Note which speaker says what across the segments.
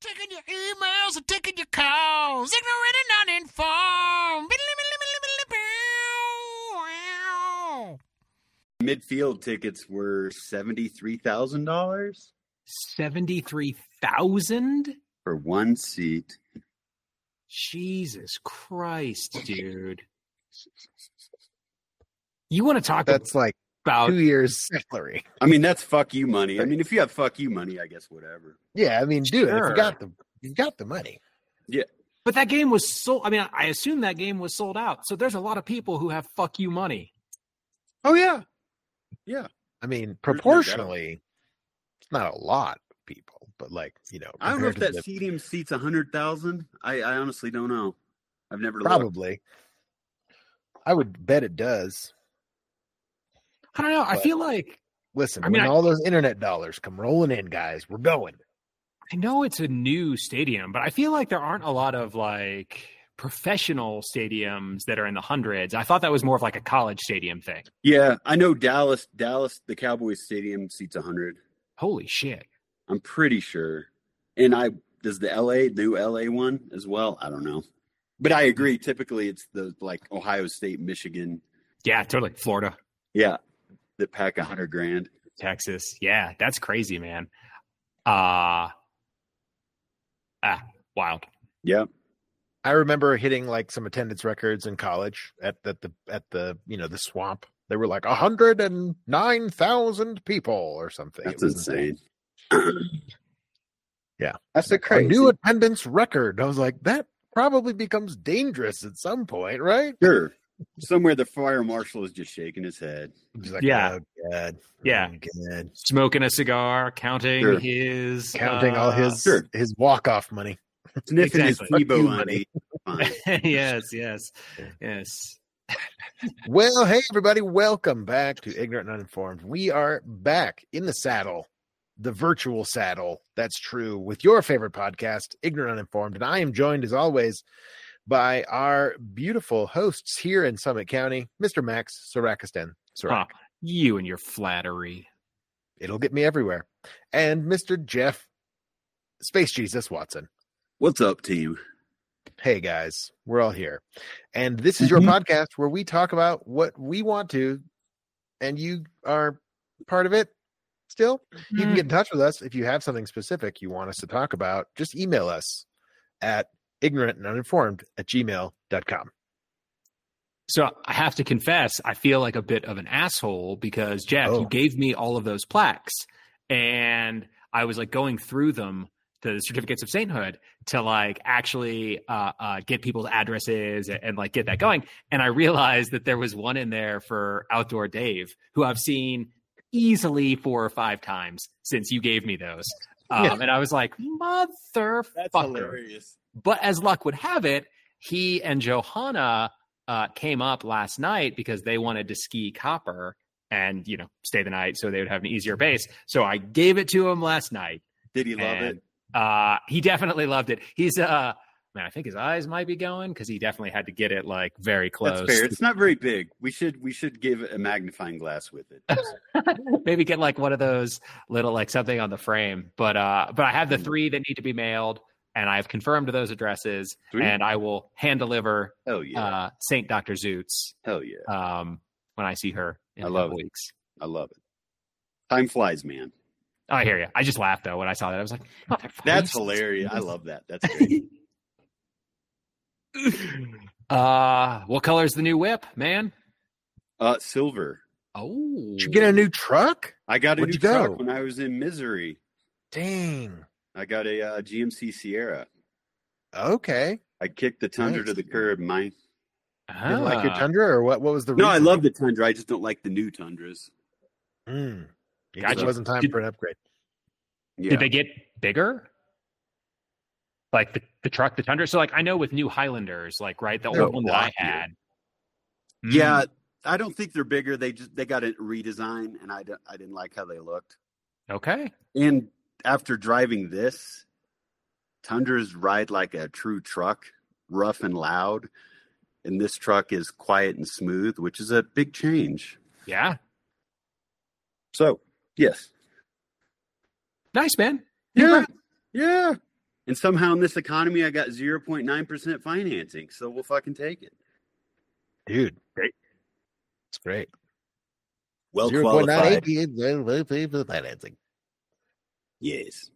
Speaker 1: Taking your emails and taking your calls. Ignorant and uninformed.
Speaker 2: Midfield tickets were $73,000
Speaker 3: 73,000?
Speaker 2: for one seat.
Speaker 3: Jesus Christ, dude. You want to talk
Speaker 4: That's like
Speaker 3: about
Speaker 4: two years' salary.
Speaker 2: I mean, that's fuck you money. I mean, if you have fuck you money, I guess whatever.
Speaker 4: Yeah, I mean, dude, if
Speaker 3: Sure.
Speaker 4: you got the you got the money.
Speaker 3: But that game was sold. I mean, I assume that game was sold out. So there's a lot of people who have fuck you money.
Speaker 4: Oh yeah,
Speaker 2: Yeah.
Speaker 4: I mean,
Speaker 2: doubt.
Speaker 4: proportionally, it's not a lot of people, but like you know,
Speaker 2: I don't know if
Speaker 4: compared
Speaker 2: that
Speaker 4: to the-
Speaker 2: stadium seats 100,000. I, I honestly don't know. I've never looked.
Speaker 4: probably. I would bet it does.
Speaker 3: I don't know. I
Speaker 4: But-
Speaker 3: feel like
Speaker 4: Listen,
Speaker 3: I
Speaker 4: when
Speaker 3: mean, I-
Speaker 4: all those internet dollars come rolling in, guys, we're going.
Speaker 3: I know it's a new stadium, but I feel like there aren't a lot of like professional stadiums that are in the hundreds. I thought that was more of like a college stadium thing.
Speaker 2: Yeah, I know Dallas, Dallas, the Cowboys stadium seats 100.
Speaker 3: Holy shit.
Speaker 2: I'm pretty sure. And I does the LA new LA one as well? I don't know. But I agree. Typically, it's the like Ohio State, Michigan,
Speaker 3: Yeah, totally. Florida,
Speaker 2: yeah, that pack a hundred grand.
Speaker 3: Texas. Yeah, that's crazy, man. Uh ah, wild.
Speaker 2: Yeah,
Speaker 4: I remember hitting like some attendance records in college at, at the at the you know the swamp. They were like hundred and nine thousand people or something.
Speaker 2: that's
Speaker 4: It was
Speaker 2: insane.
Speaker 4: Yeah.
Speaker 2: that's a
Speaker 4: A
Speaker 2: crazy.
Speaker 4: new attendance record. I was like, that probably becomes dangerous at some point, right?
Speaker 2: Sure, somewhere the fire marshal is just shaking his head.
Speaker 4: He's like,
Speaker 3: Yeah.
Speaker 4: oh, God.
Speaker 3: Yeah.
Speaker 4: Oh, God.
Speaker 3: Smoking a cigar, counting
Speaker 2: Sure.
Speaker 3: his
Speaker 4: Counting all
Speaker 3: uh,
Speaker 4: his
Speaker 2: sure.
Speaker 4: his walk off money.
Speaker 2: Sniffing
Speaker 3: Exactly.
Speaker 2: his
Speaker 4: Fuck you,
Speaker 2: Tebow money. Fine.
Speaker 3: uh, yes, yes, yes.
Speaker 4: Well, hey everybody, welcome back to Ignorant and Uninformed. We are back in the saddle, the virtual saddle. That's true with your favorite podcast, Ignorant and Uninformed, and I am joined as always by our beautiful hosts here in Summit County, Mr. Max Sarakistan. Sarak.
Speaker 3: Ah, you and your flattery.
Speaker 4: It'll get me everywhere, and Mr. Jeff Space Jesus Watson.
Speaker 2: What's up, team?
Speaker 4: hey guys, we're all here. And this is your podcast where we talk about what we want to, and you are part of it still. You can get in touch with us if you have something specific you want us to talk about. Just email us at ignorant and uninformed at gmail.com.
Speaker 3: So I have to confess, I feel like a bit of an asshole because Jeff,
Speaker 4: Oh.
Speaker 3: you gave me all of those plaques, and I was like going through them, the certificates of sainthood, to like actually uh, uh, get people's addresses and, and like get that going. And I realized that there was one in there for Outdoor Dave, who I've seen easily four or five times since you gave me those. Um,
Speaker 4: Yeah.
Speaker 3: And I was like, motherfucker but as luck would have it, he and Johanna uh, came up last night because they wanted to ski copper and you know stay the night so they would have an easier base. So I gave it to him last night.
Speaker 2: Did he love
Speaker 3: And,
Speaker 2: it?
Speaker 3: Uh, he definitely loved it. He's uh man, I think his eyes might be going because he definitely had to get it like very close.
Speaker 2: That's fair. It's not very big. We should we should give it a magnifying glass with it.
Speaker 3: Maybe get like one of those little like something on the frame. But uh, but I have
Speaker 2: Hmm.
Speaker 3: the three that need to be mailed, and I've confirmed those addresses,
Speaker 2: Three?
Speaker 3: and I will hand deliver
Speaker 2: Hell yeah!
Speaker 3: uh, Saint Doctor Zoots
Speaker 2: Hell yeah!
Speaker 3: um, when I see her in
Speaker 2: I
Speaker 3: a
Speaker 2: love
Speaker 3: couple
Speaker 2: it.
Speaker 3: weeks.
Speaker 2: I love it. Time flies, man.
Speaker 3: Oh, I hear you. I just laughed though when I saw that. I was like, "Motherfucker,
Speaker 2: That's
Speaker 3: you-
Speaker 2: hilarious. I love that. That's great.
Speaker 3: Uh, what color is the new whip, man?
Speaker 2: uh, silver.
Speaker 3: Oh,
Speaker 4: Did you get a new truck?
Speaker 2: I got a
Speaker 4: Where'd
Speaker 2: new
Speaker 4: you
Speaker 2: truck
Speaker 4: go?
Speaker 2: when I was in Missouri.
Speaker 4: Dang.
Speaker 2: I got a uh, GMC Sierra.
Speaker 4: Okay.
Speaker 2: I kicked the Tundra
Speaker 4: Nice.
Speaker 2: to the curb. My
Speaker 4: You Didn't like your
Speaker 3: Ah,
Speaker 4: tundra or what what was the
Speaker 2: no, I
Speaker 4: reason?
Speaker 2: love the Tundra. I just don't like the new Tundras.
Speaker 4: Mm. It just
Speaker 3: Gotcha.
Speaker 4: wasn't time
Speaker 3: Did-
Speaker 4: for an upgrade.
Speaker 2: Yeah,
Speaker 3: Did they get bigger? Like the, the truck, the Tundra. So like I know with new Highlanders, like right, the
Speaker 4: They're
Speaker 3: old one that I
Speaker 2: blockier.
Speaker 3: had. Mm.
Speaker 2: yeah. I don't think they're bigger. They just they got a redesign, and I don't- I didn't like how they looked.
Speaker 3: Mm, okay.
Speaker 2: And after driving this, Tundras ride like a true truck, rough and loud. And this truck is quiet and smooth, which is a big change.
Speaker 3: Yeah.
Speaker 2: So, yes.
Speaker 3: Nice, man.
Speaker 2: Yeah. Yeah. And somehow in this economy, I got 0.9% financing. So we'll fucking take it.
Speaker 4: Dude,
Speaker 2: Great.
Speaker 4: It's great.
Speaker 2: Well
Speaker 4: 0.98
Speaker 2: qualified.
Speaker 4: being well, well paid for the financing.
Speaker 2: Yes.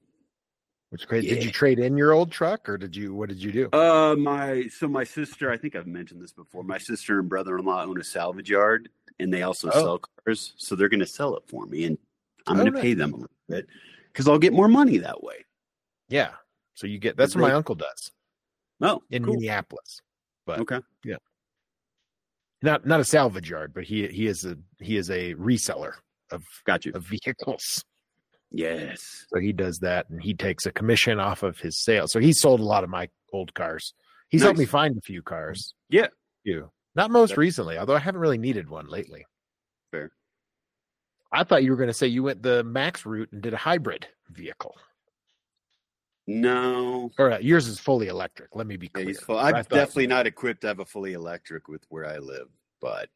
Speaker 4: Which is crazy. Did
Speaker 2: Yeah.
Speaker 4: you trade in your old truck or did you what did you do?
Speaker 2: Uh, my so my sister. I think I've mentioned this before. My sister and brother-in-law own a salvage yard, and they also
Speaker 4: Oh.
Speaker 2: sell cars. So they're going to sell it for me, and I'm
Speaker 4: Oh,
Speaker 2: going
Speaker 4: nice.
Speaker 2: to pay them a little bit because I'll get more money that way.
Speaker 4: yeah. So you get that's what my
Speaker 2: Right.
Speaker 4: uncle does
Speaker 2: Oh,
Speaker 4: in
Speaker 2: cool.
Speaker 4: Minneapolis. But
Speaker 2: Okay.
Speaker 4: not not a salvage yard, but he he is a he is a reseller of,
Speaker 2: Got you.
Speaker 4: of vehicles.
Speaker 2: Yes.
Speaker 4: So he does that and he takes a commission off of his sale. So he sold a lot of my old cars. He's helped me
Speaker 2: Nice.
Speaker 4: find a few cars.
Speaker 2: Yeah.
Speaker 4: Few. Not most
Speaker 2: Yep.
Speaker 4: recently, although I haven't really needed one lately.
Speaker 2: Fair.
Speaker 4: I thought you were going to say you went the max route and did a hybrid vehicle.
Speaker 2: No.
Speaker 4: Or uh, yours is fully electric. Let me be
Speaker 2: Yeah,
Speaker 4: clear.
Speaker 2: he's full. I'm
Speaker 4: I thought-
Speaker 2: definitely not equipped to have a fully electric with where I live, but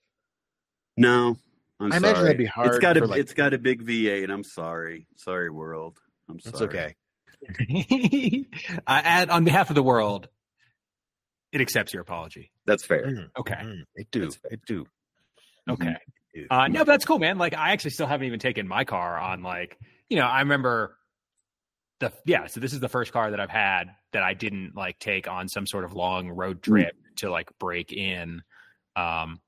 Speaker 2: no. I'm
Speaker 4: I imagine that'd
Speaker 2: sorry.
Speaker 4: be hard
Speaker 2: It's got
Speaker 4: for,
Speaker 2: a
Speaker 4: like-
Speaker 2: it's got a big V8. I'm sorry. Sorry, world. I'm sorry.
Speaker 4: That's okay.
Speaker 3: I add on behalf of the world, it accepts your apology.
Speaker 2: That's fair.
Speaker 4: Mm,
Speaker 3: Okay.
Speaker 4: mm, it do.
Speaker 2: That's
Speaker 4: It do. Mm-hmm.
Speaker 3: Okay.
Speaker 2: Mm-hmm.
Speaker 3: Uh, no, but that's cool, man. Like, I actually still haven't even taken my car on. Like, you know, I remember the yeah. So this is the first car that I've had that I didn't like take on some sort of long road
Speaker 2: Hmm.
Speaker 3: trip to like break in. Um,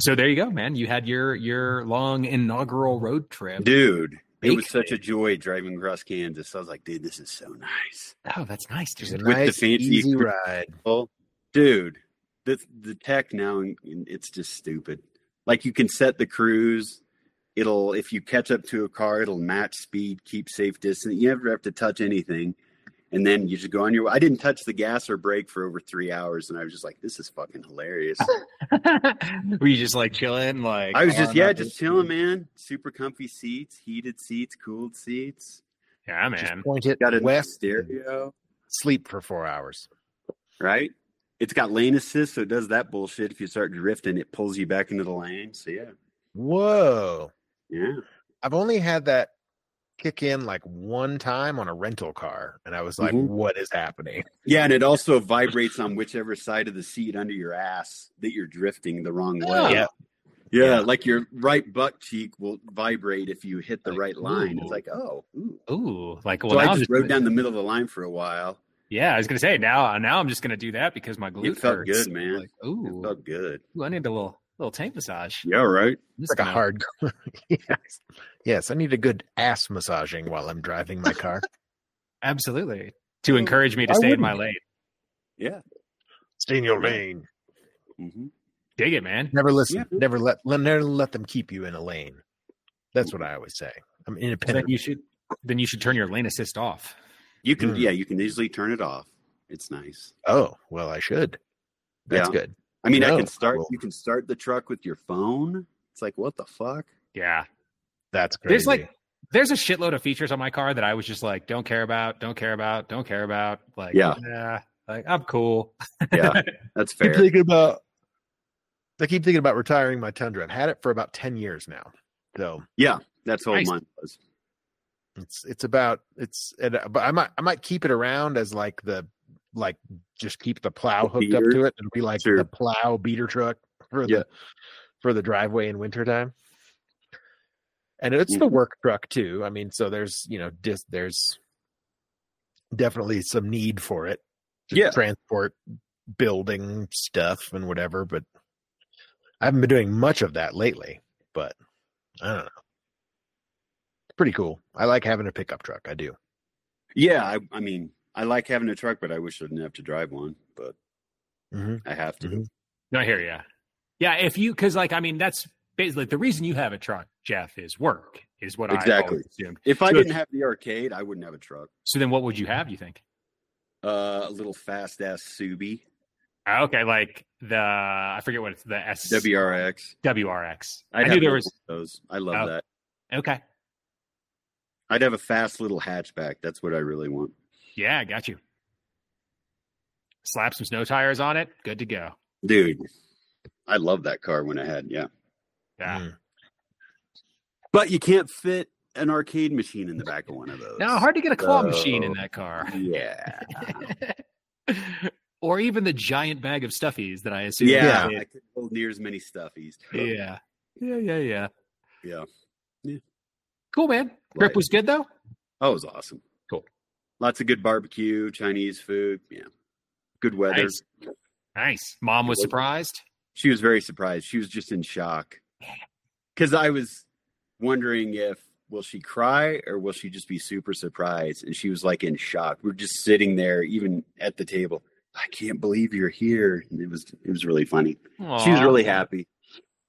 Speaker 3: so there you go, man. You had your your long inaugural road trip.
Speaker 2: Dude, it was
Speaker 3: Baked
Speaker 2: such a joy driving across Kansas. I was like, dude, this is so nice.
Speaker 3: Oh, that's nice,
Speaker 4: It's a
Speaker 3: dude.
Speaker 2: With the
Speaker 4: nice,
Speaker 2: fancy-
Speaker 4: easy ride.
Speaker 2: Well, dude, the the tech now it's just stupid. Like you can set the cruise. It'll if you catch up to a car, it'll match speed, keep safe distance. You never have to touch anything. And then you just go on your way. I didn't touch the gas or brake for over three hours, and I was just like, "This is fucking hilarious."
Speaker 3: Were you just like chilling? Like
Speaker 2: I was just,
Speaker 3: on
Speaker 2: yeah,
Speaker 3: the-
Speaker 2: just chilling, man. Super comfy seats, heated seats, cooled seats.
Speaker 3: yeah,
Speaker 4: Just
Speaker 3: man.
Speaker 4: point it
Speaker 2: Got a
Speaker 4: west.
Speaker 2: stereo,
Speaker 4: Sleep for four hours.
Speaker 2: right? It's got lane assist, so it does that bullshit. If you start drifting, it pulls you back into the lane. So yeah,
Speaker 4: Whoa.
Speaker 2: yeah.
Speaker 4: I've only had that kick in like one time on a rental car, and I was like,
Speaker 2: Mhm.
Speaker 4: "What is happening?"
Speaker 2: Yeah, and it also vibrates on whichever side of the seat under your ass that you're drifting the wrong way.
Speaker 4: Yeah.
Speaker 2: Yeah,
Speaker 4: Yeah.
Speaker 2: like your right butt cheek will vibrate if you hit the
Speaker 3: Like,
Speaker 2: right line.
Speaker 3: ooh.
Speaker 2: It's like, oh. Ooh.
Speaker 3: Ooh, like well,
Speaker 2: so
Speaker 3: now
Speaker 2: I just
Speaker 3: I'm just-
Speaker 2: rode down the middle of the line for a while.
Speaker 3: Yeah, I was gonna say now. Now I'm just gonna do that because my glute
Speaker 2: It felt
Speaker 3: hurts.
Speaker 2: good, man.
Speaker 3: Like, ooh,
Speaker 2: It felt good.
Speaker 3: Ooh, I need a little little tank massage.
Speaker 2: Yeah, right.
Speaker 4: It's like a hard. yes, yes, I need a good ass massaging while I'm driving my car.
Speaker 3: Absolutely. To encourage me to
Speaker 4: Why
Speaker 3: stay in my
Speaker 4: wouldn't
Speaker 3: lane.
Speaker 2: Yeah.
Speaker 4: Stay in your lane.
Speaker 2: hmm
Speaker 3: Dig it, man.
Speaker 4: Never listen.
Speaker 2: Yeah.
Speaker 4: Never let. let- Never let them keep you in a lane. That's what I always say. I'm
Speaker 3: So Then
Speaker 4: independent.
Speaker 3: you should then you should turn your lane assist off.
Speaker 2: You can,
Speaker 4: Mm.
Speaker 2: yeah, you can easily turn it off. It's nice.
Speaker 4: Oh well, I should. That's
Speaker 2: Yeah.
Speaker 4: good.
Speaker 2: I mean, I
Speaker 4: No,
Speaker 2: can start.
Speaker 4: well-
Speaker 2: You can start the truck with your phone. It's like, what the fuck?
Speaker 3: Yeah.
Speaker 4: That's crazy.
Speaker 3: There's like there's a shitload of features on my car that I was just like, don't care about, don't care about, don't care about. Like,
Speaker 2: Yeah.
Speaker 3: nah, like I'm cool.
Speaker 2: Yeah, that's
Speaker 4: I keep
Speaker 2: fair.
Speaker 4: thinking about. I keep thinking about retiring my Tundra. I've had it for about ten years now. So
Speaker 2: That's all
Speaker 3: Nice.
Speaker 2: mine was.
Speaker 4: it's it's about it's and uh, but i might i might keep it around as like the like just keep the plow hooked up
Speaker 2: beater?
Speaker 4: to it it'll be like the
Speaker 2: Sure.
Speaker 4: plow beater truck for
Speaker 2: Yeah.
Speaker 4: the for the driveway in wintertime and it's
Speaker 3: Mm-hmm.
Speaker 4: the work truck too i mean so there's you know dis- there's definitely some need for it to
Speaker 2: Yeah.
Speaker 4: transport building stuff and whatever but i haven't been doing much of that lately but i don't know pretty cool. I like having a pickup truck. I do.
Speaker 2: Yeah, I, I mean, I like having a truck, but I wish I didn't have to drive one. But
Speaker 4: Mm-hmm.
Speaker 2: I have to.
Speaker 4: Mhm.
Speaker 3: No, I hear you. Yeah, if you because like I mean that's basically the reason you have a truck, Jeff, is work, is what I
Speaker 2: Exactly.
Speaker 3: always assumed.
Speaker 2: If I
Speaker 3: So-
Speaker 2: didn't have the arcade, I wouldn't have a truck.
Speaker 3: So then what would you have, you think?
Speaker 2: Uh, a little fast ass Subi
Speaker 3: Okay, like the I forget what it's the S
Speaker 2: WRX.
Speaker 3: WRX.
Speaker 2: I'd
Speaker 3: I
Speaker 2: have
Speaker 3: knew there
Speaker 2: one
Speaker 3: was
Speaker 2: of those. I love
Speaker 3: Oh.
Speaker 2: that.
Speaker 3: Okay.
Speaker 2: I'd have a fast little hatchback. That's what I really want.
Speaker 3: Yeah, I got you. Slap some snow tires on it. Good to go.
Speaker 2: Dude, I
Speaker 4: mm-hmm.
Speaker 2: love that car when I had, yeah.
Speaker 3: Yeah.
Speaker 4: Mm.
Speaker 2: But you can't fit an arcade machine in the back of one of those.
Speaker 3: Now, hard to get a claw
Speaker 2: So-
Speaker 3: machine in that car,
Speaker 2: Yeah.
Speaker 3: or even the giant bag of stuffies that I assume.
Speaker 2: yeah.
Speaker 3: they
Speaker 2: I could hold near as many stuffies.
Speaker 3: did. yeah, yeah, yeah, yeah.
Speaker 2: Yeah.
Speaker 3: Cool, man. Grip
Speaker 2: Right.
Speaker 3: was good though.
Speaker 2: That was awesome.
Speaker 3: Cool.
Speaker 2: Lots of good barbecue, Chinese food. Yeah. Good weather.
Speaker 3: Nice. Nice. Mom was
Speaker 2: Good.
Speaker 3: surprised.
Speaker 2: She was very surprised. She was just in shock. Because I was wondering if will she cry or will she just be super surprised? And she was like in shock. We're just sitting there, even at the table. I can't believe you're here. And it was it was really funny. She was
Speaker 3: Aw.
Speaker 2: really happy.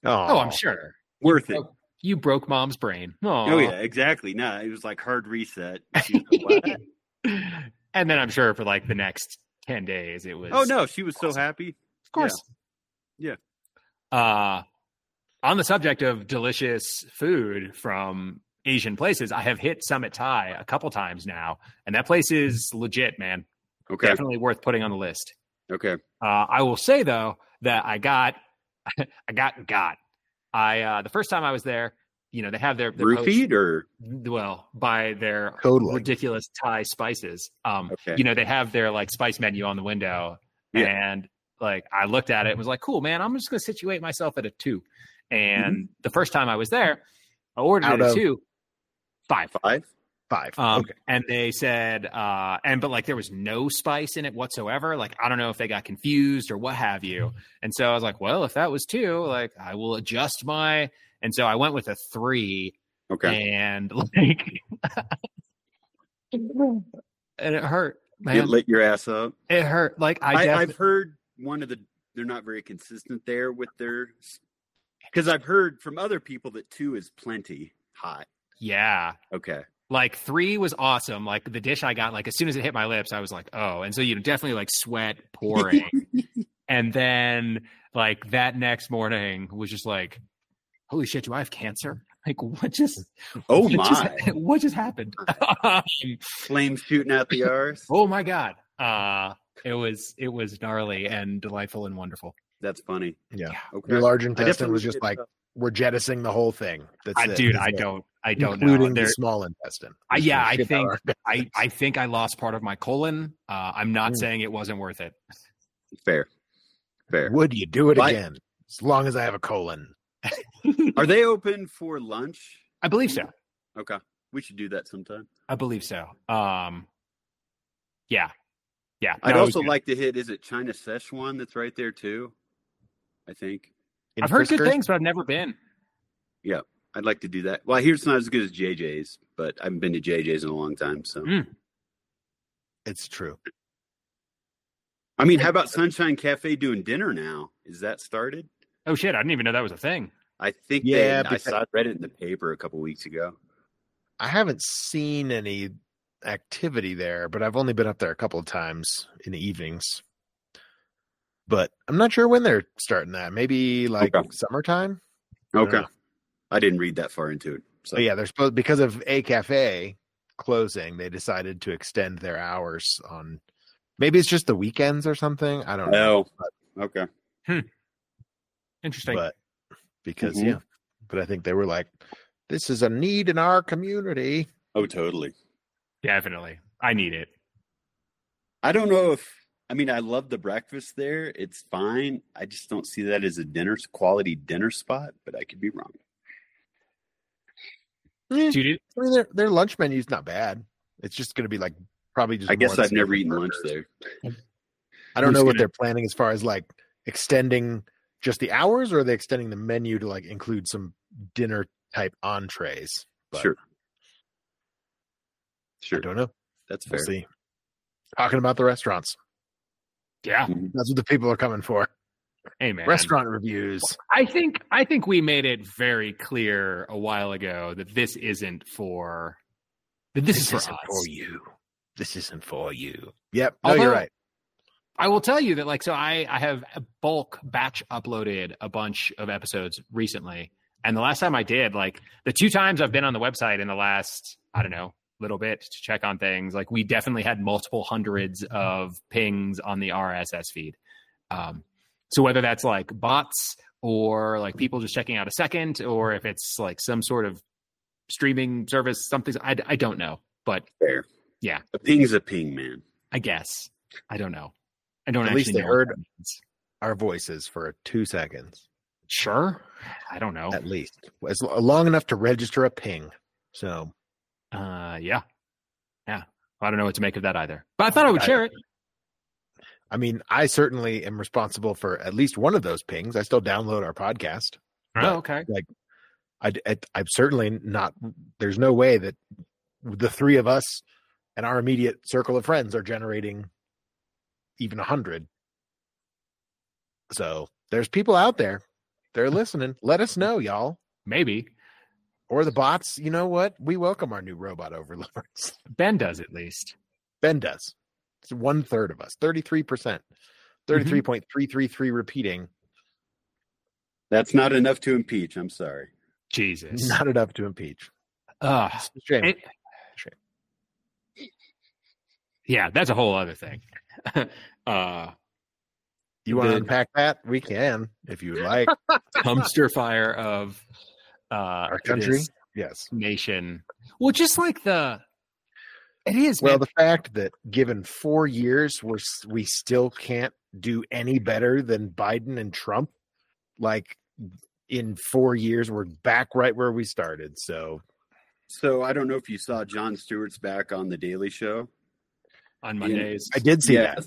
Speaker 3: Oh, I'm sure.
Speaker 2: Worth it.
Speaker 3: Oh, You broke mom's brain. Aw.
Speaker 2: Oh yeah, exactly. No, it was like hard reset. She was like, "What?"
Speaker 3: and then I'm sure for like the next 10 days it was
Speaker 2: oh no, she was so happy.
Speaker 3: of course
Speaker 2: Yeah.
Speaker 3: uh on the subject of delicious food from asian places i have hit summit thai a couple times now and that place is legit man
Speaker 2: Okay.
Speaker 3: definitely worth putting on the list
Speaker 2: Okay.
Speaker 3: uh, i will say though that i got i got got i uh the first time i was there you know they have their, their poached-
Speaker 2: Roofied or
Speaker 3: well by their
Speaker 4: Totally.
Speaker 3: ridiculous Thai spices. Um,
Speaker 2: okay.
Speaker 3: you know, they have their like spice menu on the window,
Speaker 2: Yeah.
Speaker 3: and like I looked at it and was like, "Cool, man, I'm just gonna situate myself at a two. And
Speaker 2: Mm-hmm.
Speaker 3: the first time I was there, I ordered
Speaker 4: Out
Speaker 3: it at
Speaker 4: of-
Speaker 3: two, five.
Speaker 2: Five?
Speaker 4: Five.
Speaker 3: Um,
Speaker 4: okay.
Speaker 3: And they said, uh, and but like there was no spice in it whatsoever. Like I don't know if they got confused or what have you.
Speaker 2: Mm-hmm.
Speaker 3: And so I was like, well, if that was two, like I will adjust my. And so I went with a three,
Speaker 2: Okay.
Speaker 3: and like and it hurt
Speaker 2: It
Speaker 3: man
Speaker 2: lit your ass up.
Speaker 3: it hurt like i,
Speaker 2: I,
Speaker 3: def-
Speaker 2: I've heard one of the they're not very consistent there with their because I've heard from other people that two is plenty hot.
Speaker 3: yeah
Speaker 2: Okay.
Speaker 3: like three was awesome like the dish i got like as soon as it hit my lips i was like oh and so you know definitely like sweat pouring and then like that next morning was just like holy shit do i have cancer like what just
Speaker 2: Oh
Speaker 3: what just-
Speaker 2: my.
Speaker 3: what just happened
Speaker 2: Flames shooting out the arse.
Speaker 3: oh my god uh it was it was gnarly and delightful and wonderful
Speaker 2: That's funny.
Speaker 4: Yeah.
Speaker 2: Okay.
Speaker 4: Your large
Speaker 2: I
Speaker 4: intestine
Speaker 2: definitely
Speaker 4: was just
Speaker 2: did,
Speaker 4: like,
Speaker 2: uh,
Speaker 4: we're jettisoning the whole thing. That's
Speaker 3: I,
Speaker 4: it.
Speaker 3: dude,
Speaker 4: That's
Speaker 3: I
Speaker 4: it.
Speaker 3: don't, I don't know.
Speaker 4: Including
Speaker 3: There,
Speaker 4: the small intestine.
Speaker 3: I- yeah, I
Speaker 4: Shit
Speaker 3: think-
Speaker 4: hour.
Speaker 3: I, I think I lost part of my colon. Uh, I'm not
Speaker 4: Mm.
Speaker 3: saying it wasn't worth it.
Speaker 2: fair. Fair.
Speaker 4: Would you do it
Speaker 2: Why-
Speaker 4: again? As long as I have a colon.
Speaker 2: Are they open for lunch?
Speaker 3: I believe so.
Speaker 2: Okay. We should do that sometime.
Speaker 3: I believe so. Um, yeah, yeah.
Speaker 2: I'd
Speaker 3: No, it was
Speaker 2: also
Speaker 3: good.
Speaker 2: like to hit. Is it China Szechuan that's right there too? I think
Speaker 4: In
Speaker 3: I've heard good
Speaker 4: Frisker?
Speaker 3: things, but I've never been.
Speaker 2: I'd like to do that. Well, I hear it's not as good as JJ's, but I haven't been to JJ's in a long time. So
Speaker 4: Mm-hmm.
Speaker 3: Mm.
Speaker 4: It's true.
Speaker 2: I mean, how about Sunshine Cafe doing dinner now? Is that started?
Speaker 3: Oh shit! I didn't even know that was a thing.
Speaker 2: I think
Speaker 4: Yeah,
Speaker 2: they,
Speaker 4: because-
Speaker 2: I saw, read it in the paper a couple weeks ago.
Speaker 4: I haven't seen any activity there, but I've only been up there a couple of times in the evenings. But I'm not sure when they're starting that. Maybe like
Speaker 2: Okay.
Speaker 4: summertime. don't
Speaker 2: Okay,
Speaker 4: know.
Speaker 2: I didn't read that far into it. So
Speaker 4: But Oh, yeah, they're supposed because of a cafe closing, they decided to extend their hours on. Maybe it's just the weekends or something. I don't know,
Speaker 2: no, okay,
Speaker 3: Interesting.
Speaker 4: but because
Speaker 3: Mm-hmm.
Speaker 2: Mhm.
Speaker 4: yeah, but I think they were like, "This is a need in our community."
Speaker 2: oh totally.
Speaker 3: Definitely, I need it.
Speaker 2: I don't know if I mean I love the breakfast there. It's fine. I just don't see that as a dinner quality dinner spot. But I could be wrong.
Speaker 4: Eh,
Speaker 3: Dude, it-
Speaker 4: I mean, their their lunch menu's not bad. It's just going to be like probably just.
Speaker 2: I guess
Speaker 4: more of
Speaker 2: I've
Speaker 4: the
Speaker 2: never
Speaker 4: same
Speaker 2: eaten lunch
Speaker 4: burgers.
Speaker 2: there.
Speaker 4: I don't know
Speaker 3: I'm
Speaker 4: what
Speaker 3: just gonna-
Speaker 4: they're planning as far as like extending just the hours, or are they extending the menu to like include some dinner type entrees? But-
Speaker 2: Sure,
Speaker 4: I
Speaker 2: sure,
Speaker 4: don't know.
Speaker 2: that's fair.
Speaker 4: We'll see. Talking about the restaurants.
Speaker 3: yeah.
Speaker 2: Mm-hmm.
Speaker 4: That's what the people are coming for.
Speaker 3: Hey man,
Speaker 4: Restaurant reviews.
Speaker 3: I think I think we made it very clear a while ago that this isn't for that this, is for us.
Speaker 4: you. This isn't for you. Yep. No, you're
Speaker 3: Although-
Speaker 4: right.
Speaker 3: I will tell you that like so I I have bulk batch uploaded a bunch of episodes recently. And the last time I did, like the two times I've been on the website in the last, I don't know, little bit to check on things, like we definitely had multiple hundreds of pings on the RSS feed. Um, so whether that's like bots or like people just checking out a second, or if it's like some sort of streaming service, something. I, I don't know, but
Speaker 2: Fair.
Speaker 3: Yeah.
Speaker 2: A ping's a ping, man.
Speaker 3: I guess I don't know. I don't
Speaker 4: At
Speaker 3: actually
Speaker 4: least they
Speaker 3: know what
Speaker 4: heard-
Speaker 3: that means.
Speaker 4: Our voices for two seconds
Speaker 3: Sure, I don't know.
Speaker 4: at least, as lo- long enough to register a ping. So
Speaker 3: Uh, yeah, yeah. I don't know what to make of that either. But I thought I would
Speaker 4: I-
Speaker 3: share it.
Speaker 4: I mean, I certainly am responsible for at least one of those pings. I still download our podcast.
Speaker 3: Oh, okay.
Speaker 4: I, I, I'm certainly not. There's no way that the three of us and our immediate circle of friends are generating even a hundred. So there's people out there. They're listening. Let us know, y'all,
Speaker 3: Maybe
Speaker 4: or the bots. You know what? We welcome our new robot overlords.
Speaker 3: Ben does at least.
Speaker 4: Ben does. It's one third of us, 33%, 33.333 repeating.
Speaker 2: That's not enough to impeach. I'm sorry.
Speaker 3: Jesus.
Speaker 4: Not enough to impeach.
Speaker 3: Ugh.
Speaker 4: It's a shame.
Speaker 3: It- yeah, that's a whole other thing. uh,
Speaker 4: you want to
Speaker 3: the-
Speaker 4: unpack that? We can, if you would like.
Speaker 3: dumpster fire of uh,
Speaker 4: Our country?
Speaker 3: this
Speaker 4: yes.
Speaker 3: nation. Well, just like the it is.
Speaker 4: Well,
Speaker 3: Well,
Speaker 4: the fact that given four years, we're s- we still can't do any better than Biden and Trump. Like in four years, we're back right where we started. So
Speaker 2: So I don't know if you saw John Stewart's back on the Daily Show.
Speaker 3: on Mondays.
Speaker 4: I did see that.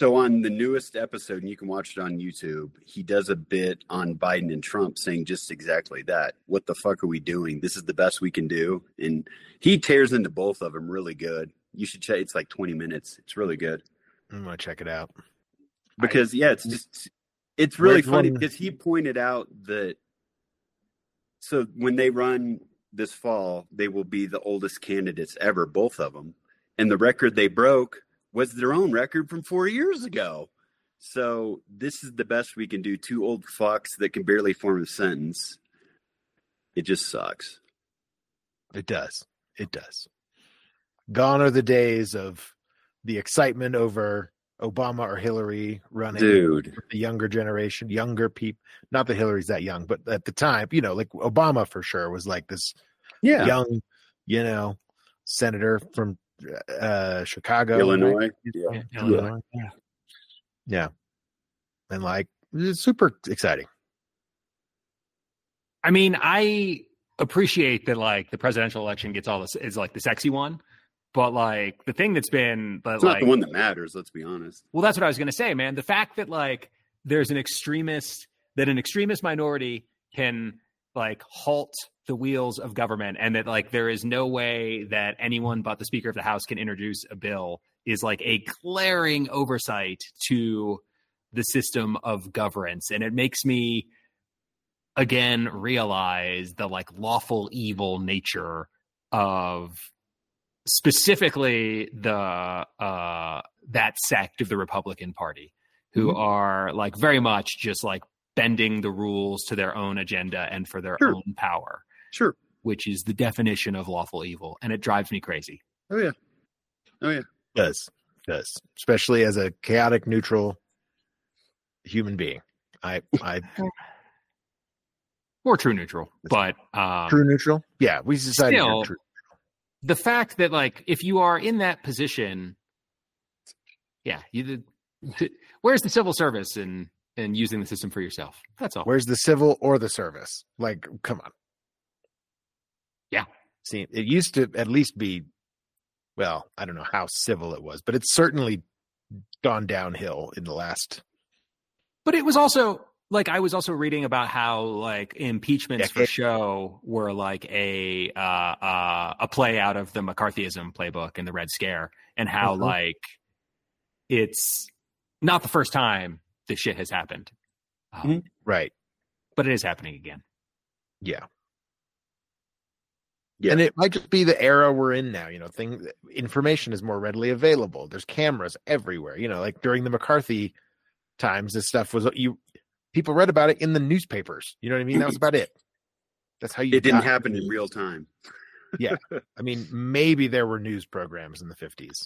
Speaker 2: So on the newest episode, and you can watch it on YouTube, he does a bit on Biden and Trump saying just exactly that. What the fuck are we doing? This is the best we can do. And he tears into both of them really good. You should check. It's like 20 minutes. It's really good
Speaker 4: I'm gonna check it out.
Speaker 2: because yeah, it's just it's really
Speaker 4: Where's
Speaker 2: funny
Speaker 4: one-
Speaker 2: because he pointed out that so when they run this fall, they will be the oldest candidates ever, both of them, and the record they broke was their own record from four years ago. So this is the best we can do. Two old fucks that can barely form a sentence. It just sucks.
Speaker 4: It does. It does. Gone are the days of the excitement over Obama or Hillary running.
Speaker 2: Dude,
Speaker 4: the younger generation, younger people. Not that Hillary's that young, but at the time, you know, like Obama for sure was like this
Speaker 2: yeah,
Speaker 4: young, you know, senator from uh, Chicago,
Speaker 2: Illinois.
Speaker 4: right?
Speaker 3: Yeah,
Speaker 4: Yeah.
Speaker 3: Illinois.
Speaker 4: Yeah. Yeah. And like, it's super exciting.
Speaker 3: I mean, I appreciate that like the presidential election gets all this is like the sexy one, but like the thing that's been that,
Speaker 2: It's not
Speaker 3: like
Speaker 2: the one that matters. Let's be honest.
Speaker 3: Well, that's what I was going to say, man. The fact that like there's an extremist that an extremist minority can like halt the wheels of government and that like there is no way that anyone but the speaker of the house can introduce a bill is like a glaring oversight to the system of governance and it makes me again realize the like lawful evil nature of specifically the uh that sect of the Republican Party who
Speaker 4: Mm-hmm.
Speaker 3: are like very much just like bending the rules to their own agenda and for their
Speaker 2: Sure.
Speaker 3: own power,
Speaker 2: Sure.
Speaker 3: which is the definition of lawful evil. And it drives me crazy.
Speaker 2: Oh yeah.
Speaker 4: Does, does, especially as a chaotic, neutral human being. I, I,
Speaker 3: Or true neutral. But um,
Speaker 4: true neutral. Yeah. We decided you're
Speaker 3: Still-
Speaker 4: true.
Speaker 3: the fact that like if you are in that position, yeah, you the, where's the civil service in in using the system for yourself? That's all.
Speaker 4: Where's the civil or the service? Like, come on.
Speaker 3: Yeah.
Speaker 4: See, it used to at least be, well, I don't know how civil it was, but it's certainly gone downhill in the last.
Speaker 3: But it was also like I was also reading about how like impeachments for
Speaker 4: Decade.
Speaker 3: show were like a uh, uh, a play out of the McCarthyism playbook and the Red Scare, and how
Speaker 4: Mhm.
Speaker 3: like it's not the first time this shit has happened, um,
Speaker 2: Mhm.
Speaker 4: Right.
Speaker 3: but it is happening again.
Speaker 4: Yeah.
Speaker 2: Yeah.
Speaker 4: And it might just be the era we're in now. You know, thing information is more readily available. There's cameras everywhere. You know, like during the McCarthy times, this stuff was you people read about it in the newspapers. You know what I mean? That was about it. That's how you
Speaker 2: It didn't
Speaker 4: got
Speaker 2: happen
Speaker 4: news.
Speaker 2: in real time.
Speaker 4: I mean, maybe there were news programs in the 50s.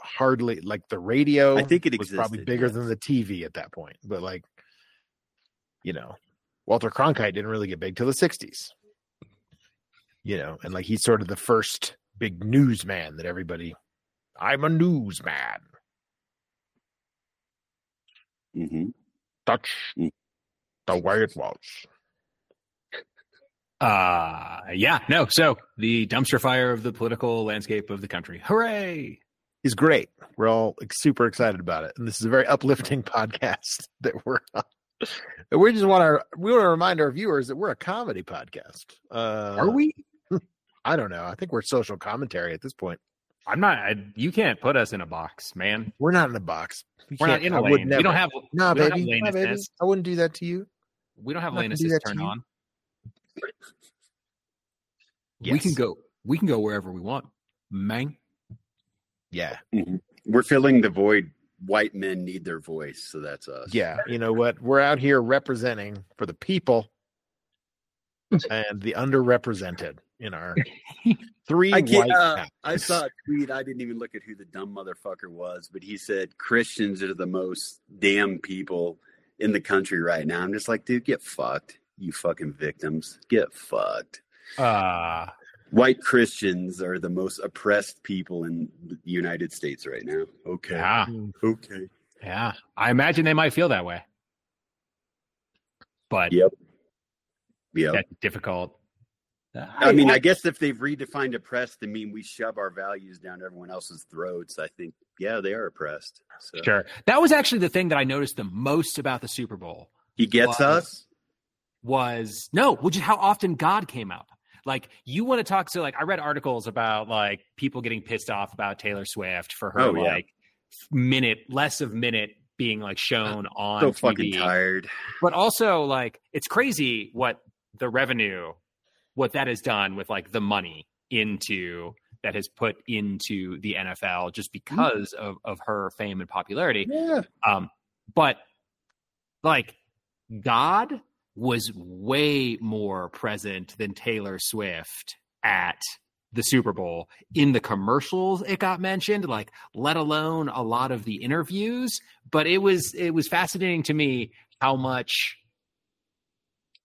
Speaker 4: Hardly like the radio
Speaker 2: I think it
Speaker 4: was
Speaker 2: existed.
Speaker 4: probably bigger
Speaker 2: yes.
Speaker 4: than the TV at that point. But like, you know, Walter Cronkite didn't really get big till the 60s. you know, and like he's sort of the first big newsman that everybody. I'm a newsman.
Speaker 2: hmm
Speaker 4: That's
Speaker 2: Mm.
Speaker 4: the way it was.
Speaker 3: Uh, yeah, no. So the dumpster fire of the political landscape of the country. Hooray!
Speaker 4: He's great. We're all like, super excited about it, and this is a very uplifting podcast that we're. On. And we just want our we want to remind our viewers that we're a comedy podcast. Uh,
Speaker 3: Are we?
Speaker 4: I don't know. I think we're social commentary at this point.
Speaker 3: I'm not. I, you can't put us in a box, man.
Speaker 4: We're not in a box. We
Speaker 3: We're not
Speaker 4: can't-
Speaker 3: in
Speaker 4: I
Speaker 3: a
Speaker 4: would
Speaker 3: lane. We
Speaker 4: never.
Speaker 3: don't have.
Speaker 4: Nah,
Speaker 3: we don't have
Speaker 4: baby.
Speaker 3: lane
Speaker 4: Nah, baby.
Speaker 3: assist.
Speaker 4: I wouldn't do that to you.
Speaker 3: We don't have
Speaker 4: Not
Speaker 3: lane
Speaker 4: gonna do
Speaker 3: assist
Speaker 4: that to
Speaker 3: turned
Speaker 4: you.
Speaker 3: on. We can go. We can go wherever we want, man.
Speaker 4: Yeah.
Speaker 2: We're filling the void. White men need their voice, so that's us.
Speaker 4: Yeah. You know what? We're out here representing for the people and the underrepresented in our three
Speaker 2: I
Speaker 4: white
Speaker 2: can't. Uh, I
Speaker 4: guys.
Speaker 2: saw a tweet. I didn't even look at who the dumb motherfucker was, but he said Christians are the most damn people in the country right now. I'm just like, dude, get fucked. You fucking victims, get fucked.
Speaker 3: Uh,
Speaker 2: White Christians are the most oppressed people in the United States right now. Okay.
Speaker 3: yeah,
Speaker 2: Okay.
Speaker 3: yeah. I imagine they might feel that way, but
Speaker 2: Yeah. Yeah.
Speaker 3: that's difficult. Uh,
Speaker 2: I mean, I guess if they've redefined oppressed to mean we shove our values down everyone else's throats, I think, yeah, they are oppressed. So
Speaker 3: Sure. That was actually the thing that I noticed the most about the Super Bowl
Speaker 2: he gets
Speaker 3: Wow.
Speaker 2: us.
Speaker 3: was no, well, just how often God came up. Like you want to talk so like I read articles about like people getting pissed off about Taylor Swift for her
Speaker 2: Oh, yeah.
Speaker 3: like minute less of minute being like shown on
Speaker 2: So
Speaker 3: TV.
Speaker 2: fucking tired.
Speaker 3: But also like it's crazy what the revenue what that has done with like the money into that has put into the NFL
Speaker 2: Mm.
Speaker 3: just because of of her fame and popularity.
Speaker 2: Yeah.
Speaker 3: Um, but like God was way more present than Taylor Swift at the Super Bowl in the commercials it got mentioned like let alone a lot of the interviews but it was it was fascinating to me how much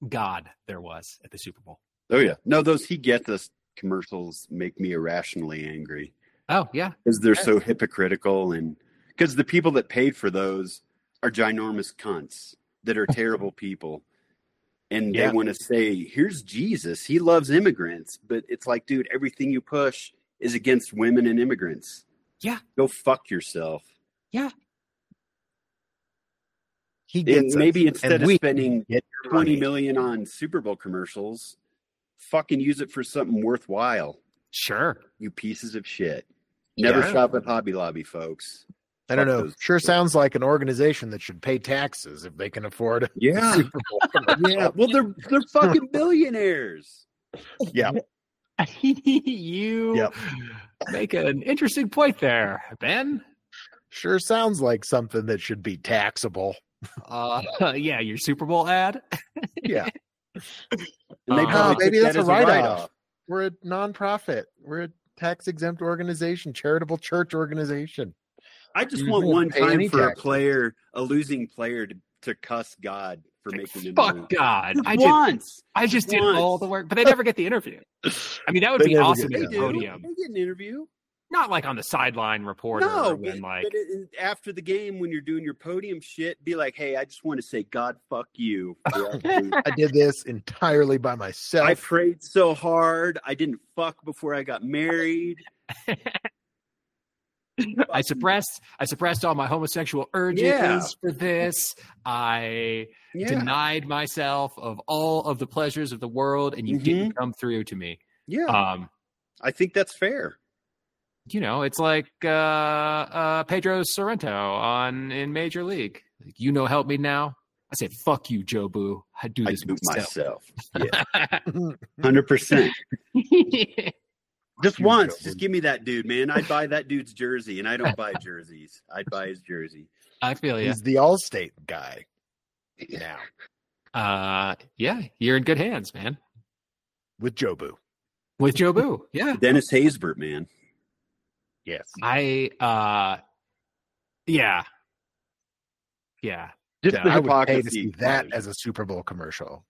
Speaker 3: god there was at the Super Bowl.
Speaker 2: Oh yeah. No, those he gets us commercials make me irrationally angry
Speaker 3: Oh yeah.
Speaker 2: because they're so hypocritical and because the people that paid for those are ginormous cunts that are terrible people. And
Speaker 4: Yeah.
Speaker 2: they want to say, here's Jesus. He loves immigrants. But it's like, dude, everything you push is against women and immigrants.
Speaker 3: Yeah.
Speaker 2: Go fuck yourself.
Speaker 4: He
Speaker 2: And
Speaker 4: gets
Speaker 2: maybe
Speaker 4: us,
Speaker 2: instead
Speaker 4: and
Speaker 2: of
Speaker 4: we
Speaker 2: spending
Speaker 4: get
Speaker 2: 20
Speaker 4: money.
Speaker 2: million on Super Bowl commercials, fucking use it for something worthwhile.
Speaker 3: Sure.
Speaker 2: You pieces of shit. Never
Speaker 4: Yeah.
Speaker 2: shop at Hobby Lobby, folks.
Speaker 4: I
Speaker 2: fuck
Speaker 4: don't know.
Speaker 2: those
Speaker 4: Sure
Speaker 2: people.
Speaker 4: sounds like an organization that should pay taxes if they can afford it.
Speaker 2: Yeah, yeah. Well, they're they're fucking billionaires.
Speaker 4: Yeah.
Speaker 3: you
Speaker 4: Yep.
Speaker 3: make an interesting point there, Ben.
Speaker 4: Sure sounds like something that should be taxable.
Speaker 3: Uh, yeah, your Super Bowl ad.
Speaker 4: Yeah.
Speaker 2: And they probably
Speaker 3: Uh, Oh,
Speaker 2: took
Speaker 4: maybe
Speaker 2: that
Speaker 4: that's a
Speaker 2: as
Speaker 4: write-off.
Speaker 2: write-off.
Speaker 4: We're a nonprofit. We're a tax exempt organization, charitable church organization.
Speaker 2: I just
Speaker 4: You
Speaker 2: want
Speaker 4: won't
Speaker 2: one
Speaker 4: pay
Speaker 2: time
Speaker 4: any
Speaker 2: for a
Speaker 4: taxes.
Speaker 2: player, a losing player, to, to cuss God for making him
Speaker 3: Fuck God. I just,
Speaker 2: once.
Speaker 3: I just did
Speaker 2: once.
Speaker 3: all the work, but they never get the interview. I mean, that would
Speaker 4: They
Speaker 3: be
Speaker 4: never
Speaker 3: awesome
Speaker 4: get
Speaker 3: at
Speaker 2: They
Speaker 3: the
Speaker 4: that.
Speaker 2: do.
Speaker 3: podium,
Speaker 2: They get an interview.
Speaker 3: not like on the sideline reporter
Speaker 2: no,
Speaker 3: when
Speaker 2: but,
Speaker 3: like
Speaker 2: but it- it- after the game, when you're doing your podium shit, be like, "Hey, I just want to say, God, fuck you. Yeah, dude.
Speaker 4: I did this entirely by myself.
Speaker 2: I prayed so hard. I didn't fuck before I got married.
Speaker 3: I suppressed I suppressed all my homosexual urges
Speaker 2: Yeah.
Speaker 3: for this. I
Speaker 2: Yeah,
Speaker 3: denied myself of all of the pleasures of the world, and you
Speaker 2: Mhm.
Speaker 3: didn't come through to me.
Speaker 2: yeah.
Speaker 3: Um,
Speaker 2: I think that's fair.
Speaker 3: you know, it's like uh, uh, Pedro Sorrento on in Major League. Like, you know, help me now. I said, "Fuck you, Joe Boo. I do
Speaker 2: I
Speaker 3: this
Speaker 2: do
Speaker 3: myself."
Speaker 2: myself. Yeah, hundred percent. Just
Speaker 4: You
Speaker 2: once,
Speaker 4: don't.
Speaker 2: just give me that dude, man. I'd buy that dude's jersey, and I don't buy jerseys. I'd buy his jersey.
Speaker 3: I feel you.
Speaker 4: He's the Allstate guy now
Speaker 3: Uh, yeah, you're in good hands, man.
Speaker 4: with Jobu.
Speaker 3: With Joe Boo, yeah.
Speaker 2: Dennis Haysbert, man.
Speaker 4: Yes.
Speaker 3: I, uh, yeah, yeah.
Speaker 2: Just
Speaker 3: Yeah,
Speaker 2: the
Speaker 4: I would pay to
Speaker 2: hypocrisy.
Speaker 4: see that as a Super Bowl commercial,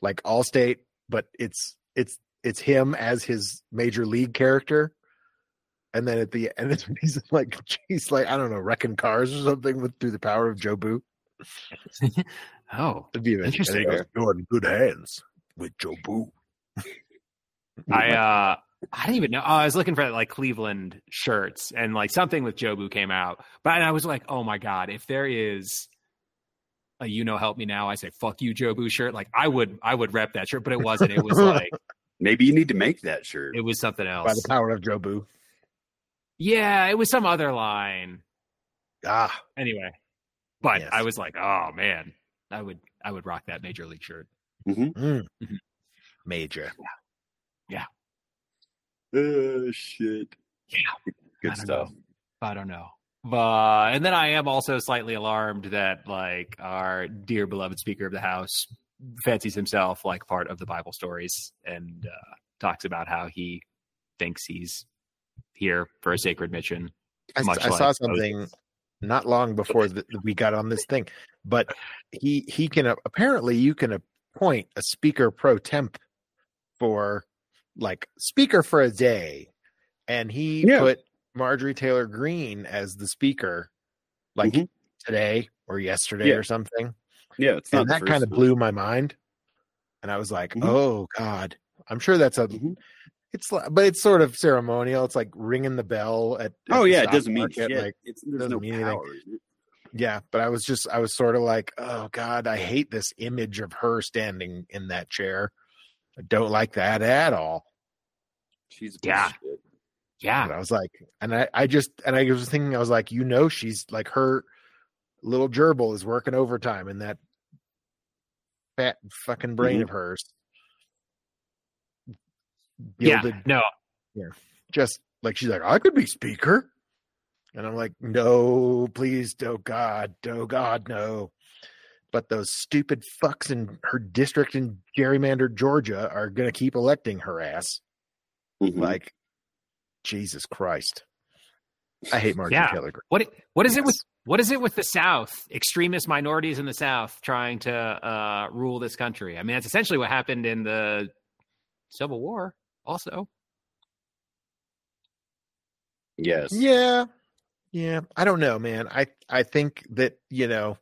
Speaker 4: like Allstate, but it's it's it's him as his major league character. And then at the end, it's when he's like, he's like, I don't know, wrecking cars or something with through the power of Joe Boo.
Speaker 3: Oh,
Speaker 4: It'd be
Speaker 3: Interesting.
Speaker 4: and he goes, You're in good hands with Joe Boo.
Speaker 3: I uh I didn't even know. Oh, I was looking for like Cleveland shirts and like something with Jobu came out. But I was like, oh my god, if there is a you know help me now, I say fuck you Jobu shirt. Like I would I would rep that shirt, but it wasn't. It was like
Speaker 2: Maybe you need to make that shirt.
Speaker 3: it was something else.
Speaker 4: By the power of Joe Boo.
Speaker 3: yeah, it was some other line.
Speaker 4: Ah,
Speaker 3: Anyway, but
Speaker 4: Yes.
Speaker 3: I was like, oh man, I would I would rock that major league shirt.
Speaker 4: mm.
Speaker 3: Mhm.
Speaker 4: major.
Speaker 2: Oh shit.
Speaker 3: Yeah. I
Speaker 2: Good
Speaker 3: don't
Speaker 2: stuff.
Speaker 3: I don't know. But and then I am also slightly alarmed that like our dear beloved speaker of the house fancies himself like part of the Bible stories and uh, talks about how he thinks he's here for a sacred mission.
Speaker 4: I, s-
Speaker 3: Much
Speaker 4: I
Speaker 3: like
Speaker 4: saw
Speaker 3: those-
Speaker 4: something not long before th- we got on this thing, but he he can a- apparently you can appoint a speaker pro temp for like speaker for a day, and he
Speaker 2: Yeah.
Speaker 4: put Marjorie Taylor Green as the speaker, like
Speaker 2: Mhm.
Speaker 4: today or yesterday
Speaker 2: Yeah.
Speaker 4: or something,
Speaker 2: Yeah, it's not
Speaker 4: and
Speaker 2: the
Speaker 4: that
Speaker 2: first
Speaker 4: kind of
Speaker 2: one.
Speaker 4: blew my mind, and I was like,
Speaker 2: Mhm.
Speaker 4: oh god, I'm sure that's a.
Speaker 2: Mhm.
Speaker 4: It's li- but it's sort of ceremonial. It's like ringing the bell at. at
Speaker 2: Oh
Speaker 4: the
Speaker 2: yeah, it
Speaker 4: stock
Speaker 2: doesn't mean
Speaker 4: market,
Speaker 2: shit.
Speaker 4: like,
Speaker 2: it's, there's
Speaker 4: doesn't
Speaker 2: no
Speaker 4: mean anything.
Speaker 2: power. in it.
Speaker 4: yeah, but I was just I was sort of like, oh god, I hate this image of her standing in that chair. I don't like that at all.
Speaker 2: She's a piece
Speaker 3: Yeah.
Speaker 2: of shit.
Speaker 3: Yeah.
Speaker 4: And I was like, and I I just and I was thinking I was like, you know, she's like her little gerbil is working overtime in that fat fucking brain
Speaker 2: Mhm.
Speaker 4: of hers.
Speaker 3: Yeah.
Speaker 4: Gilded,
Speaker 3: No.
Speaker 4: just like she's like, I could be speaker. And I'm like, no, please, oh God, oh God, no. But those stupid fucks in her district in gerrymandered Georgia are going to keep electing her ass.
Speaker 2: Mhm.
Speaker 4: Like, Jesus Christ. I hate Marjorie
Speaker 3: Yeah.
Speaker 4: Taylor Greene.
Speaker 3: What i- what is it with
Speaker 4: Yes.
Speaker 3: what is it with the South? Extremist minorities in the South trying to uh, rule this country. I mean, that's essentially what happened in the Civil War. Also,
Speaker 2: yes.
Speaker 4: Yeah. Yeah. I don't know, man. I I think that, you know,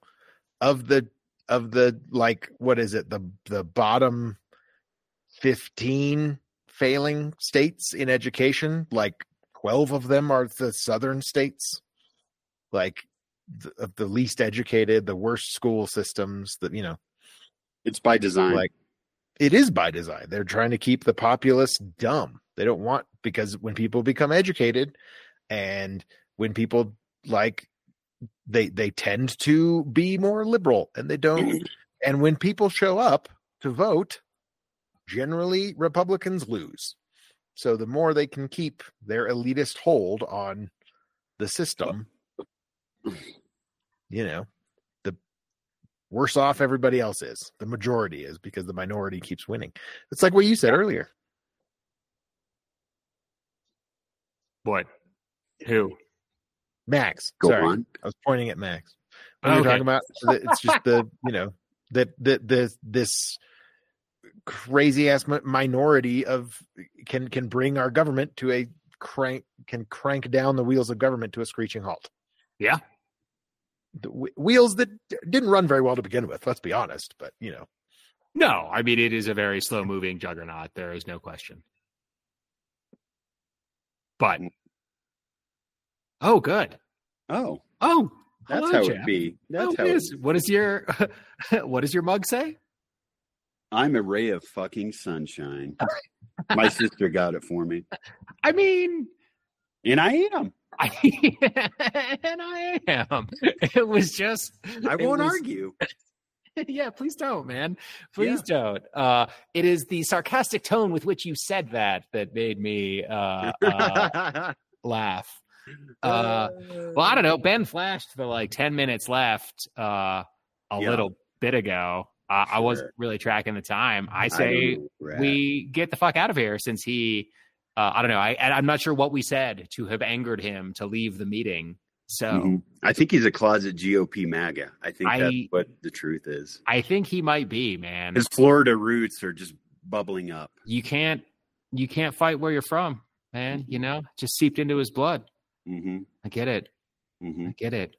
Speaker 4: of the of the like what is it? The the bottom 15 failing states in education, like 12 of them are the southern states. Like the, of the least educated, the worst school systems, that you know,
Speaker 2: It's by design.
Speaker 4: like it is by design they're trying to keep the populace dumb they don't want because when people become educated and when people like they they tend to be more liberal and they don't and when people show up to vote generally republicans lose so the more they can keep their elitist hold on the system you know the worse off everybody else is the majority is because the minority keeps winning it's like what you said earlier
Speaker 3: what? Who?
Speaker 4: max
Speaker 2: Go
Speaker 4: sorry
Speaker 2: on.
Speaker 4: i was pointing at max when we were
Speaker 3: Oh, Okay.
Speaker 4: talking about the- it's just the you know that the, the this crazy ass minority of can can bring our government to a crank can crank down the wheels of government to a screeching halt
Speaker 3: Yeah.
Speaker 4: the whe- wheels that d- didn't run very well to begin with let's be honest but you know
Speaker 3: No, I mean it is a very slow moving juggernaut. There is no question. But
Speaker 2: Mm.
Speaker 3: oh, good.
Speaker 2: Oh,
Speaker 3: Oh,
Speaker 2: that's
Speaker 3: hello,
Speaker 2: how it
Speaker 3: Jeff.
Speaker 2: be. That's
Speaker 3: Oh,
Speaker 2: how
Speaker 3: it
Speaker 2: it
Speaker 3: is.
Speaker 2: be.
Speaker 3: What is your what does your mug say?
Speaker 2: I'm a ray of fucking sunshine. My sister got it for me.
Speaker 3: I mean,
Speaker 2: And I am.
Speaker 3: I, and I am. It was just
Speaker 2: I
Speaker 3: it
Speaker 2: won't
Speaker 3: was-
Speaker 2: argue.
Speaker 3: yeah, please don't, man. Please don't. Uh, it is the sarcastic tone with which you said that that made me uh, uh, laugh. Uh, well, I don't know. Ben flashed for like ten minutes left uh, a
Speaker 2: Yeah.
Speaker 3: little bit ago. Uh, I wasn't
Speaker 2: Sure.
Speaker 3: really tracking the time. I
Speaker 2: don't
Speaker 3: say
Speaker 2: know, Brad.
Speaker 3: we get the fuck out of here since he uh, i don't know I, and i'm not sure what we said to have angered him to leave the meeting so
Speaker 2: Mhm. I think he's a closet GOP MAGA. I think
Speaker 3: uh, I- Mm-hmm.
Speaker 2: that's what the truth is.
Speaker 3: i think he might be man
Speaker 2: His Florida roots are just bubbling up.
Speaker 3: you can't you can't fight where you're from, man.
Speaker 2: Mm-hmm.
Speaker 3: You know, just seeped into his blood.
Speaker 2: hmm
Speaker 3: I get it.
Speaker 2: hmm
Speaker 3: I get it.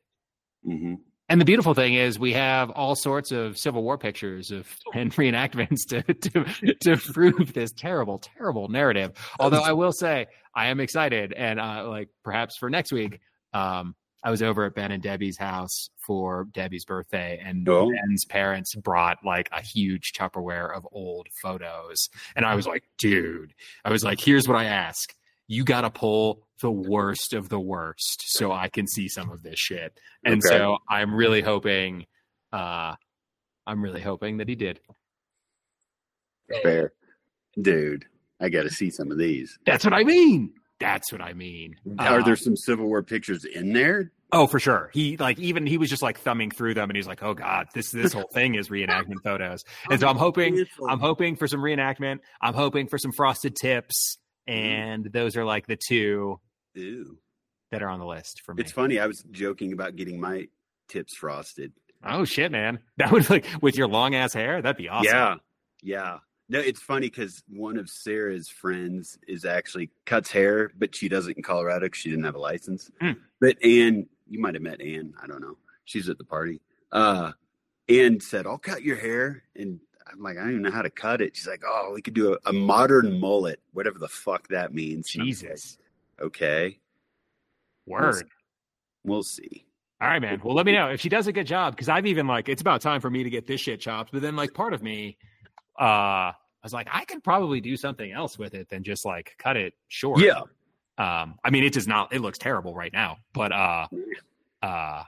Speaker 2: hmm
Speaker 3: And the beautiful thing is, we have all sorts of Civil War pictures of and reenactments to to to prove this terrible, terrible narrative. Although I will say, I am excited, and uh, like perhaps for next week, um, I was over at Ben and Debbie's house for Debbie's birthday, and
Speaker 2: Oh.
Speaker 3: Ben's parents brought like a huge Tupperware of old photos, and I was like, dude, I was like, here's what I ask: you got to pull the worst of the worst, so I can see some of this shit. And
Speaker 2: Okay.
Speaker 3: so I'm really hoping uh I'm really hoping that he did.
Speaker 2: Fair, dude. I got to see some of these.
Speaker 3: That's what I mean. That's what I mean.
Speaker 2: Are
Speaker 3: Uh,
Speaker 2: there some Civil War pictures in there?
Speaker 3: Oh, for sure. He like even he was just like thumbing through them and he's like, "Oh god, this this whole thing is reenactment photos." And so I'm hoping I'm hoping for some reenactment. I'm hoping for some frosted tips
Speaker 2: Mm-hmm.
Speaker 3: and those are like the two
Speaker 2: Ew.
Speaker 3: that are on the list for me.
Speaker 2: It's funny. I was joking about getting my tips frosted.
Speaker 3: Oh shit, man. That would like with your long ass hair, that'd be awesome.
Speaker 2: Yeah. Yeah. No, it's funny because one of Sarah's friends is actually cuts hair, but she does it in Colorado because she didn't have a license.
Speaker 3: Mm.
Speaker 2: But Ann, you might have met Ann. I don't know. She's at the party. Uh, Ann said, I'll cut your hair. And I'm like, I don't even know how to cut it. She's like, oh, we could do a, a modern mullet, whatever the fuck that means. And I'm like,
Speaker 3: Jesus.
Speaker 2: Okay.
Speaker 3: Word.
Speaker 2: We'll see.
Speaker 3: All right, man. Well, let me know if she does a good job because I've even like it's about time for me to get this shit chopped. But then like part of me, uh, I was like, I could probably do something else with it than just like cut it short.
Speaker 2: Yeah.
Speaker 3: Um, I mean, it does not. It looks terrible right now, but uh, uh,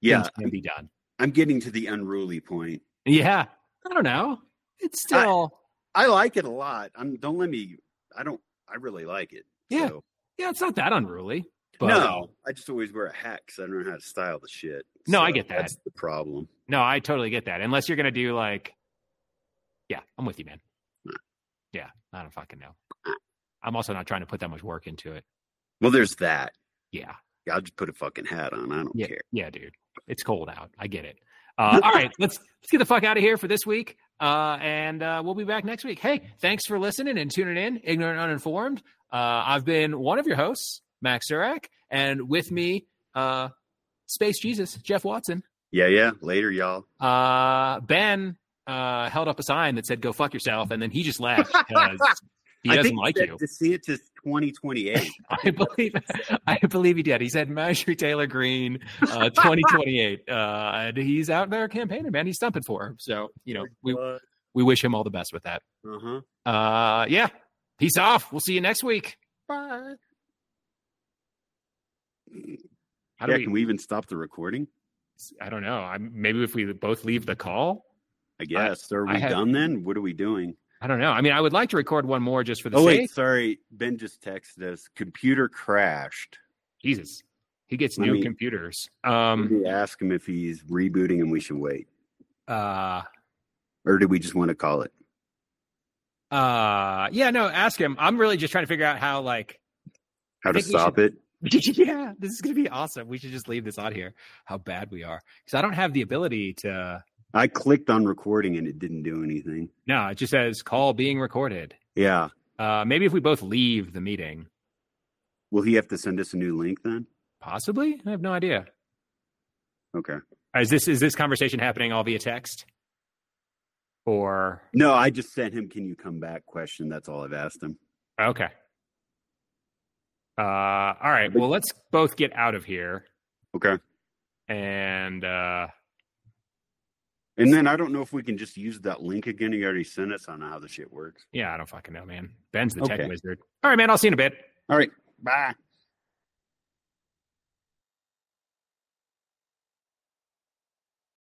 Speaker 2: Yeah.
Speaker 3: things can be done.
Speaker 2: I'm getting to the unruly point.
Speaker 3: Yeah. I don't know. It's
Speaker 2: I-
Speaker 3: still.
Speaker 2: I like it a lot. I'm don't let me. I don't. I really like it.
Speaker 3: Yeah,
Speaker 2: So,
Speaker 3: yeah, it's not that unruly. But,
Speaker 2: no, I just always wear a hat because I don't know how to style the shit.
Speaker 3: No, I get that.
Speaker 2: That's the problem.
Speaker 3: No, I totally get that. Unless you're gonna do like, yeah, I'm with you, man. Yeah, I don't fucking know. I'm also not trying to put that much work into it.
Speaker 2: Well, there's that.
Speaker 3: Yeah,
Speaker 2: I'll just put a fucking hat on. I don't
Speaker 3: yeah,
Speaker 2: care.
Speaker 3: yeah, dude. It's cold out. I get it. Uh, all right, let's let's get the fuck out of here for this week, uh, and uh, we'll be back next week. Hey, thanks for listening and tuning in, ignorant uninformed. Uh, I've been one of your hosts, Max Zurek, and with me, uh, Space Jesus, Jeff Watson.
Speaker 2: Yeah, yeah. Later, y'all.
Speaker 3: uh, Ben uh, held up a sign that said "Go fuck yourself," and then he just left because he
Speaker 2: I
Speaker 3: doesn't
Speaker 2: think
Speaker 3: like
Speaker 2: that
Speaker 3: you.
Speaker 2: To see it to 2028.
Speaker 3: I believe, I believe he did. He said Marjorie Taylor Green, uh, 2028, uh, and he's out there campaigning, man. He's stumping for her, so you know we
Speaker 2: uh
Speaker 3: we wish him all the best with that.
Speaker 2: huh.
Speaker 3: Uh, yeah, peace off. We'll see you next week. Bye. How do
Speaker 2: Yeah.
Speaker 3: we,
Speaker 2: Can we even stop the recording?
Speaker 3: I don't know. i maybe if we both leave the call.
Speaker 2: I guess. Are we
Speaker 3: I have-
Speaker 2: done then? What are we doing?
Speaker 3: I don't know. I mean, I would like to record one more just for the
Speaker 2: Oh
Speaker 3: sake.
Speaker 2: wait, sorry. Ben just texted us. Computer crashed.
Speaker 3: Jesus, he gets
Speaker 2: Let
Speaker 3: new
Speaker 2: me-
Speaker 3: computers.
Speaker 2: Um,
Speaker 3: Um,
Speaker 2: ask him if he's rebooting and we should wait, Mm-hmm.
Speaker 3: uh,
Speaker 2: or do we just want to call it?
Speaker 3: uh, yeah, no, ask him. I'm really just trying to figure out how, like,
Speaker 2: How
Speaker 3: I
Speaker 2: to
Speaker 3: think we
Speaker 2: stop it?
Speaker 3: yeah, this is gonna be awesome. We should just leave this on here. How bad we are because I don't have the ability to.
Speaker 2: I clicked on recording and it didn't do anything.
Speaker 3: No, it just says call being recorded.
Speaker 2: Yeah.
Speaker 3: Uh, maybe if we both leave the meeting,
Speaker 2: Will he have to send us a new link then?
Speaker 3: possibly. I have no idea.
Speaker 2: Okay.
Speaker 3: Is this is this conversation happening all via text, or
Speaker 2: No, I just sent him. Can you come back? Question. That's all I've asked him.
Speaker 3: Okay. Uh, all right. Well, let's both get out of here.
Speaker 2: Okay.
Speaker 3: And uh,
Speaker 2: And then I don't know if we can just use that link again. He already sent us on how the shit works.
Speaker 3: yeah, I don't fucking know, man. Ben's the
Speaker 2: Okay.
Speaker 3: tech wizard. All right, man. I'll see you in a bit.
Speaker 2: All right. Bye.